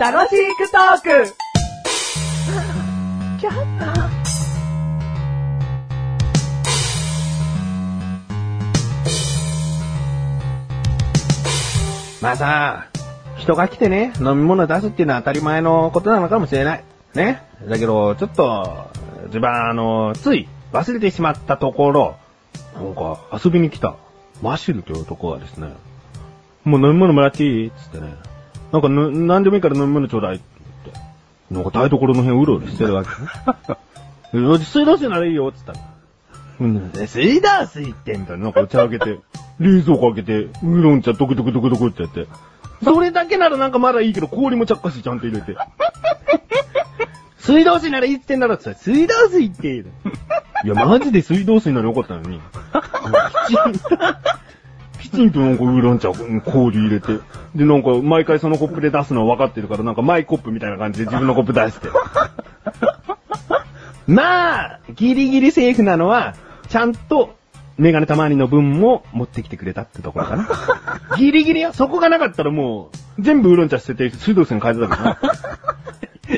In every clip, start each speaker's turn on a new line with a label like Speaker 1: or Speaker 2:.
Speaker 1: 楽しくトーク
Speaker 2: まあさ、人が来てね、飲み物出すっていうのは当たり前のことなのかもしれない。ね。だけど、ちょっと、自分はあの、つい忘れてしまったところ、なんか遊びに来た、マシルという男がですね、もう飲み物もらっていいっつってね、なんかぬ、なんでもいいから飲み物ちょうだいって言って、なんか台所の辺うろうろしてるわけ。水道水ならいいよっつったの。うん、水道水ってんだ。なんかお茶あげて、冷蔵庫あげて、ウーロン茶ドクドクドクドクってやって。それだけならなんかまだいいけど、氷もちゃっかしちゃんと入れて。水道水ならいいってんだろって言ったら水道水って言うの。いや、マジで水道水ならよかったのに。きちんと、きちんとなんかウーロン茶、氷入れて。で、なんか毎回そのコップで出すのは分かってるから、なんかマイコップみたいな感じで自分のコップ出して。まあ、ギリギリセーフなのは、ちゃんと、メガネたまわりの分も持ってきてくれたってところか な。ギリギリよ。そこがなかったらもう、全部ウーロン茶捨てて、水道水に変えてたから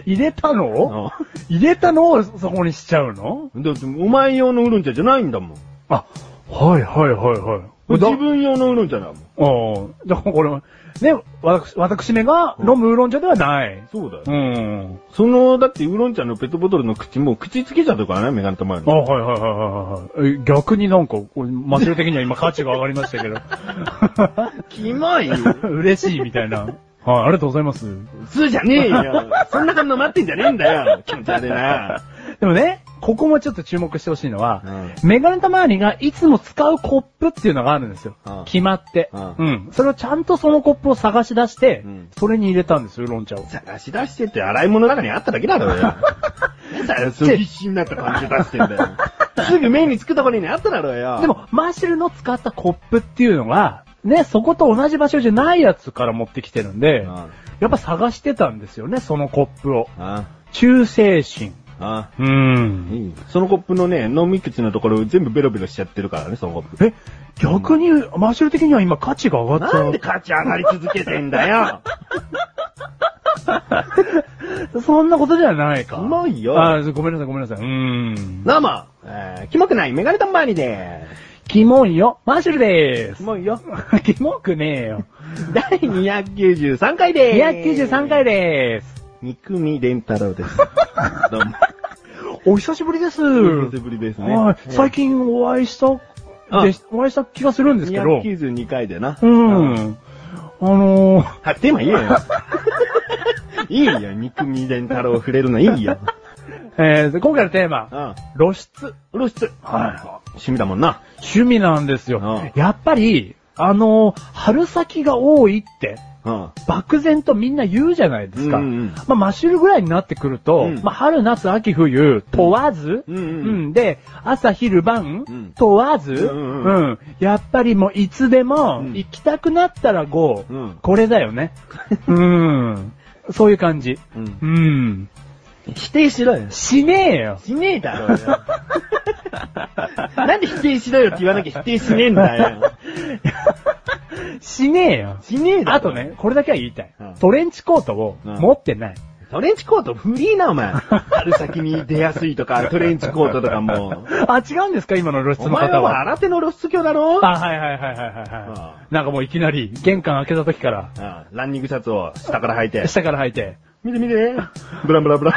Speaker 3: 入れたの
Speaker 2: な。
Speaker 3: 入れたのをそこにしちゃうの
Speaker 2: うんだって、お前用のウーロン茶じゃないんだもん。
Speaker 3: あ、はいはいはいはい。
Speaker 2: 自
Speaker 3: だ
Speaker 2: 分用のウーロン茶だもん。
Speaker 3: うん。じゃあ、これは、ね、私、私めが飲むウーロン茶ではない。
Speaker 2: そうだよ。
Speaker 3: うん。
Speaker 2: その、だってウーロン茶のペットボトルの口も口つけちゃうとかね、メガネたまわり
Speaker 3: あ、
Speaker 2: の。
Speaker 3: はいはいはいはいはいはい。え逆になんか、これ、マシル的には今価値が上がりました けど。
Speaker 2: キモ いよ。
Speaker 3: 嬉しいみたいな。はい、ありがとうございます。
Speaker 2: 普通じゃねえよ。そんなの待ってんじゃねえんだよ。気持ち悪いな。
Speaker 3: でもね、ここもちょっと注目してほしいのは、
Speaker 2: う
Speaker 3: メガネたまわりがいつも使うコップっていうのがあるんですよ。
Speaker 2: うん
Speaker 3: 決まって、
Speaker 2: うん
Speaker 3: うん。それをちゃんとそのコップを探し出して、
Speaker 2: うん
Speaker 3: それに入れたんですよ、ロン茶を。
Speaker 2: 探し出してって洗い物の中にあっただけだ ろうよ。なんだよ、そう必死になった感じで出してんだよ。 すぐ目につくところにあっただろうよ。
Speaker 3: で、も、マーシルの使ったコップっていうのが、ね、そこと同じ場所じゃないやつから持ってきてるんで、
Speaker 2: うん
Speaker 3: やっぱ探してたんですよね、そのコップを。
Speaker 2: あ
Speaker 3: 忠誠心。
Speaker 2: あ、あ
Speaker 3: う
Speaker 2: あ、
Speaker 3: ん。
Speaker 2: いい。そのコップのね、飲み口のところ全部ベロベロしちゃってるからね、そのコップ。
Speaker 3: え、逆に、マーシル的には今価値が上がっちゃ
Speaker 2: なん
Speaker 3: う
Speaker 2: で。勝ち上がり続けてんだ よ。
Speaker 3: そんなことじゃないか。
Speaker 2: うまいよ
Speaker 3: あーごめんなさい、ごめんなさい。うーん。
Speaker 2: どうも、えーキモくないメガネタンバーニで
Speaker 3: キモンよ。マーシュルで
Speaker 2: す。
Speaker 3: ー
Speaker 2: キモいよ。
Speaker 3: す。 キモくねえよ。
Speaker 2: 第293回でーす。
Speaker 3: 293回。でーす。
Speaker 2: 憎み連太郎 です。どうも。
Speaker 3: お久しぶりです。
Speaker 2: お久しぶりですね。
Speaker 3: はい。最近お会いした、
Speaker 2: あ
Speaker 3: でお会いした気がするんですけど。
Speaker 2: 292回でな。
Speaker 3: うん。あのー、
Speaker 2: はってもいいよ。いいよ、憎み伝太郎触れるのいいよ。
Speaker 3: えー、今回のテーマ、
Speaker 2: ん。
Speaker 3: 露出。
Speaker 2: 露出。
Speaker 3: は
Speaker 2: 趣味だもんな。
Speaker 3: 趣味なんですよ。
Speaker 2: う
Speaker 3: やっぱり、あのー、春先が多いって、
Speaker 2: うん。
Speaker 3: 漠然とみんな言うじゃないですか。
Speaker 2: うんうん
Speaker 3: まあ、マッシュルぐらいになってくると、
Speaker 2: うん
Speaker 3: まあ、春、夏、秋、冬、問わず、
Speaker 2: うんうんうん
Speaker 3: で、朝、昼、晩、
Speaker 2: うん
Speaker 3: 問わず、
Speaker 2: うんうん
Speaker 3: うんやっぱりもういつでも、
Speaker 2: うん
Speaker 3: 行きたくなったら GO、
Speaker 2: うん
Speaker 3: これだ よね。うん。そういう感じ。
Speaker 2: うん
Speaker 3: うん。
Speaker 2: 否定しろよ。
Speaker 3: しねえ よ。
Speaker 2: しねえだろうよ。なんで否定しろよって言わなきゃ否定しねえんだよ。
Speaker 3: しねえよ。
Speaker 2: しねえだろ。
Speaker 3: あとね、これだけは言いたい
Speaker 2: うん。
Speaker 3: トレンチコートを
Speaker 2: うん
Speaker 3: 持ってない。
Speaker 2: トレンチコートフリーな、お前。春先に出やすいとか、トレンチコートとかもう。
Speaker 3: あ、違うんですか今の露
Speaker 2: お
Speaker 3: 出の
Speaker 2: 前は
Speaker 3: 方
Speaker 2: もう
Speaker 3: は。
Speaker 2: 新手の露出狂だろ
Speaker 3: あ、はいはいはいはいはい
Speaker 2: あ
Speaker 3: はい。なんかもういきなり、玄関開けた時から、
Speaker 2: うんランニングシャツを下から履いて。
Speaker 3: 下から履い て、
Speaker 2: 見て見て。ブランブランブラン。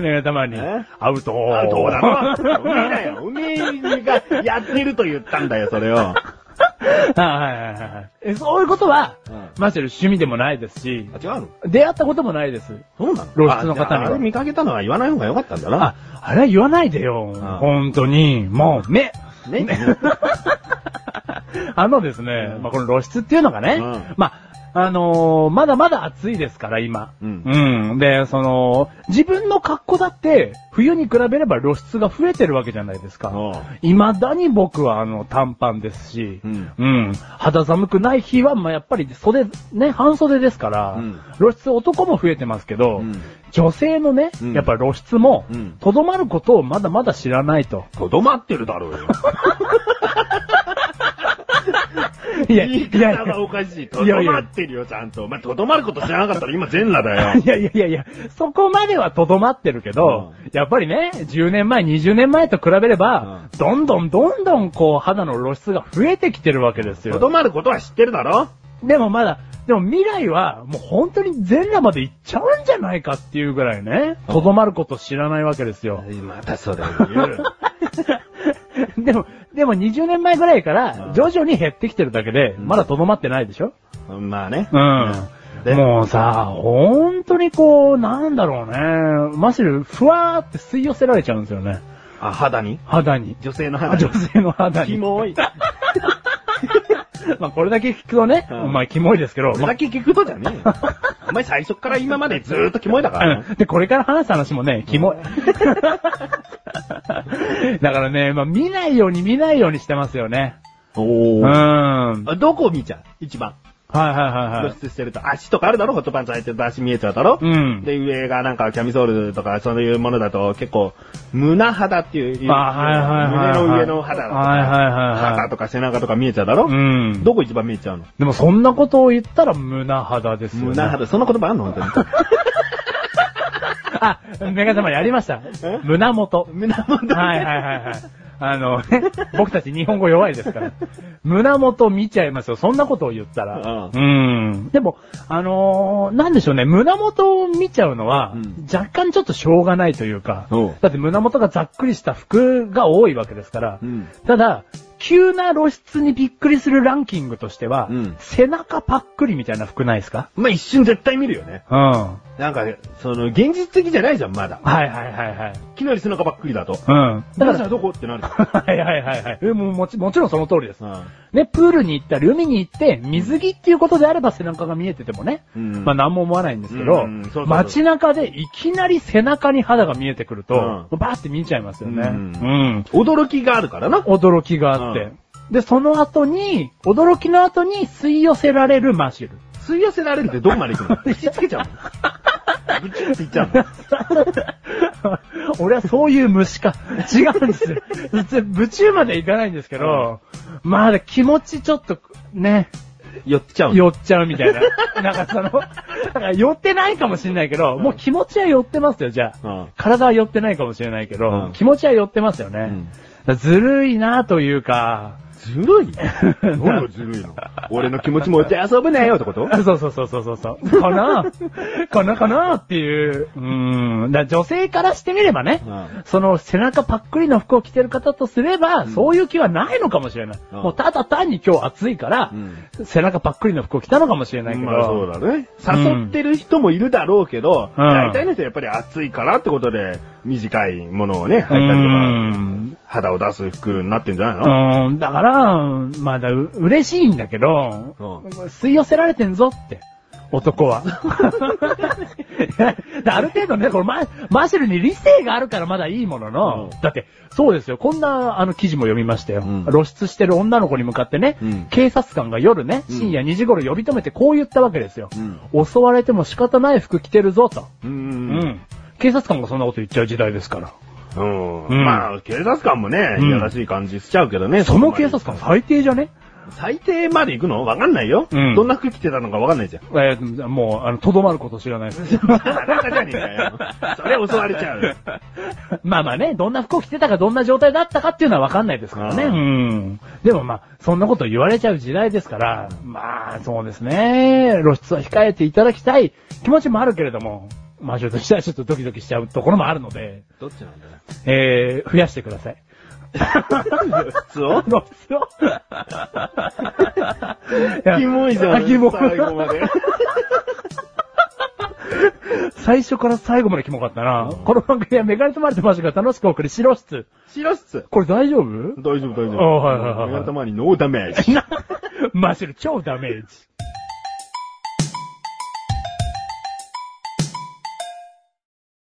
Speaker 3: ねたまに
Speaker 2: え、
Speaker 3: アウト
Speaker 2: あどうだ ろうおめえ
Speaker 3: は
Speaker 2: だよ。おめえがやってると言ったんだよ、それを。
Speaker 3: いはいはいはいえ。そういうことは
Speaker 2: うん、
Speaker 3: マジで趣味でもないですし、
Speaker 2: あ、違うの
Speaker 3: 出会ったこともないです。
Speaker 2: そうなの
Speaker 3: 露出の方には
Speaker 2: あじゃああれ見かけたのは言わない方が良かったんだ
Speaker 3: あ
Speaker 2: な。、
Speaker 3: あれは言わないでよ。本当に、もう、目。
Speaker 2: ね。
Speaker 3: あのですね
Speaker 2: う、ん
Speaker 3: まあ、この露出っていうのがね、
Speaker 2: うん
Speaker 3: まあ、あのーまだまだ暑いですから、今。
Speaker 2: うん
Speaker 3: うん。で、その、自分の格好だって、冬に比べれば露出が増えてるわけじゃないですか
Speaker 2: おう。
Speaker 3: 未だに僕は、あの、短パンですし、
Speaker 2: うん
Speaker 3: うん肌寒くない日は、まあ、やっぱり袖、ね、半袖ですから、
Speaker 2: うん
Speaker 3: 露出男も増えてますけど、
Speaker 2: うん
Speaker 3: 女性のね
Speaker 2: うん、
Speaker 3: やっぱ露出も
Speaker 2: うん、
Speaker 3: とどまることをまだまだ知らないと。
Speaker 2: とどまってるだろうよ。
Speaker 3: いや
Speaker 2: 言い方がおかしい。と
Speaker 3: いや
Speaker 2: ど
Speaker 3: いや
Speaker 2: まってるよ、ちゃんと。まあ、とどまること知らなかったら今全裸だよ。
Speaker 3: いやいやいやいや、そこまではとどまってるけど、やっぱりね、10年前、20年前と比べれば、どんどんどんどんこう肌の露出が増えてきてるわけです
Speaker 2: とど
Speaker 3: よ。
Speaker 2: まることは知ってるだろ
Speaker 3: でもまだ、でも未来はもう本当に全裸まで行っちゃうんじゃないかっていうぐらいね、
Speaker 2: うん
Speaker 3: とどまること知らないわけですよ。
Speaker 2: またそれ言う。
Speaker 3: でも、でも20年前ぐらいか
Speaker 2: う
Speaker 3: ら
Speaker 2: ん
Speaker 3: 徐々に減ってきてるだけで、
Speaker 2: うん
Speaker 3: まだとどまってないでしょ
Speaker 2: まあね。
Speaker 3: う
Speaker 2: で
Speaker 3: ん。もうさ、本当にこう、なんだろうね。マシル、ふわーって吸い寄せられちゃうんですよね。
Speaker 2: あ、肌に
Speaker 3: 肌に。
Speaker 2: 女性の
Speaker 3: あ
Speaker 2: 肌
Speaker 3: 女
Speaker 2: に。
Speaker 3: 性の肌
Speaker 2: キ
Speaker 3: に。
Speaker 2: モい。こ
Speaker 3: まあこれだけ聞くとね、
Speaker 2: うん
Speaker 3: お前キモいですけど、
Speaker 2: れ
Speaker 3: ま
Speaker 2: だけ聞くとじゃね えよ。お前最初から今までずーっとキモいだから
Speaker 3: あ
Speaker 2: ね。
Speaker 3: うん で、これから話す話もね、キモい。 だからね、まあ見ないように見ないようにしてますよね。う
Speaker 2: お
Speaker 3: ん。はい
Speaker 2: どこを見ちゃう一番。
Speaker 3: はいはいは
Speaker 2: 露
Speaker 3: い。
Speaker 2: 出してると。足とかあるだろホットパンツ履いてると足見えちゃうだろ
Speaker 3: うん。
Speaker 2: で、上がなんかキャミソールとかそういうものだと結構、胸肌っていう。
Speaker 3: あはいはいはいはい
Speaker 2: 胸の上の肌とか、
Speaker 3: はいはいはいはい
Speaker 2: 肩とか背中とか見えちゃうだろ、
Speaker 3: うん。
Speaker 2: どこ一番見えちゃうの
Speaker 3: でもそんなことを言ったら胸肌ですよね。
Speaker 2: 胸肌、そんな言葉あんの本当に。
Speaker 3: あ、メガ様やりました
Speaker 2: え。
Speaker 3: 胸元。
Speaker 2: 胸元。
Speaker 3: はいはいはいはい。あの、 ね、僕たち日本語弱いですから。胸元見ちゃいますよ。そんなことを言ったら。うん。でも、あのーなんでしょうね。胸元を見ちゃうのは、
Speaker 2: うん
Speaker 3: 若干ちょっとしょうがないというか
Speaker 2: おう。
Speaker 3: だって胸元がざっくりした服が多いわけですから。
Speaker 2: うん。
Speaker 3: ただ、急な露出にびっくりするランキングとしては、
Speaker 2: うん
Speaker 3: 背中パックリみたいな服ないですか
Speaker 2: まあ、一瞬絶対見るよね。
Speaker 3: うん。は
Speaker 2: なんか、その、現実的じゃないじゃん、まだ
Speaker 3: い。はいはいはい。
Speaker 2: きなり背中ばっくりだと。
Speaker 3: うん。
Speaker 2: だ
Speaker 3: だか
Speaker 2: から
Speaker 3: ら、
Speaker 2: どこってなる。
Speaker 3: はいはいはいはい。えもうもちもちろんその通りです。
Speaker 2: うん
Speaker 3: ね、プールに行ったり、海に行って、水着っていうことであれば背中が見えててもね、
Speaker 2: うん
Speaker 3: まあ何も思わないんですけど、
Speaker 2: うんそうそうそう
Speaker 3: 街中でいきなり背中に肌が見えてくると、
Speaker 2: うん
Speaker 3: もうバーって見ちゃいますよね。
Speaker 2: う
Speaker 3: うんん。
Speaker 2: 驚きがあるからな。
Speaker 3: 驚きがあって、で、その後に、驚きの後に吸い寄せられるマシュル。
Speaker 2: 吸い寄せられるってどこまで行くの口つけちゃうのぶちっていっちゃうの
Speaker 3: 俺はそういう虫か。違うんですよ。別に部中まではいかないんですけど、まあ気持ちちょっと、ね、
Speaker 2: 寄っちゃうの
Speaker 3: 寄っちゃうみたいな。なんか その、だから寄ってないかもしれないけど、もう気持ちは寄ってますよ、じゃあ。
Speaker 2: うん
Speaker 3: 体は寄ってないかもしれないけど、
Speaker 2: うん
Speaker 3: 気持ちは寄ってますよ
Speaker 2: う
Speaker 3: ね
Speaker 2: ん。
Speaker 3: だからずるいなというか、
Speaker 2: ずるい何がずるいの俺の気持ちも寄って遊ぶなよってこと
Speaker 3: あ そうそうそうそうそうそう。かなかなかなっていう。うん。だから女性からしてみればね、
Speaker 2: うん
Speaker 3: その背中パックリの服を着てる方とすれば、そういう気はないのかもしれない。
Speaker 2: うん
Speaker 3: もうただ単に今日暑いから、背中パックリの服を着たのかもしれないけど。
Speaker 2: まあそうだね。
Speaker 3: うん
Speaker 2: 誘ってる人もいるだろうけど、
Speaker 3: うん
Speaker 2: 大体の人はやっぱり暑いからってことで、短いものをね、履いた
Speaker 3: う
Speaker 2: り
Speaker 3: ん
Speaker 2: とか、肌を出す服になってんじゃないの
Speaker 3: うん、だから、まだう嬉しいんだけど、
Speaker 2: うん
Speaker 3: 吸い寄せられてんぞって。男は。ある程度ね、これマ、マシュルに理性があるからまだいいものの、
Speaker 2: うん
Speaker 3: だって、そうですよ、こんな、あの、記事も読みましたよ。
Speaker 2: うん
Speaker 3: 露出してる女の子に向かってね、
Speaker 2: うん
Speaker 3: 警察官が夜ね、深夜2時頃呼び止めてこう言ったわけですよ。襲われても仕方ない服着てるぞと。
Speaker 2: う。
Speaker 3: うんん。警察官がそんなこと言っちゃう時代ですから。
Speaker 2: うん。
Speaker 3: うん
Speaker 2: まあ、警察官もね、
Speaker 3: うん
Speaker 2: いやらしい感じしちゃうけどね。
Speaker 3: その
Speaker 2: こまで
Speaker 3: 警察官最低じゃね
Speaker 2: 最低まで行くのわかんないよ。
Speaker 3: うん
Speaker 2: どんな服着てたのかわかんないじゃん。
Speaker 3: えーもう、あの、とどまること知らないです。
Speaker 2: あなんかじゃねえかよ。それ襲われちゃうよ。
Speaker 3: まあまあね、どんな服を着てたか、どんな状態だったかっていうのはわかんないですからね。
Speaker 2: う
Speaker 3: うん。でもまあ、そんなこと言われちゃう時代ですから、まあ、そうですね。露出は控えていただきたい気持ちもあるけれども、魔女としてはちょっとドキドキしちゃうところもあるので、
Speaker 2: どっちなんだよ。
Speaker 3: えー、増やしてください。
Speaker 2: 普通を
Speaker 3: 露出を。い
Speaker 2: キ
Speaker 3: や
Speaker 2: モいじゃ
Speaker 3: あ
Speaker 2: ん。
Speaker 3: キモ
Speaker 2: 最後まで。
Speaker 3: 最初から最後までキモかったな。この番組はメガネとマルとマジが楽しくお送り、白室。
Speaker 2: 白室。
Speaker 3: これ大丈夫
Speaker 2: 大丈夫、大丈夫。
Speaker 3: あはいはいはいはい
Speaker 2: 目の玉にノーダメージ。
Speaker 3: マシュル超ダメージ。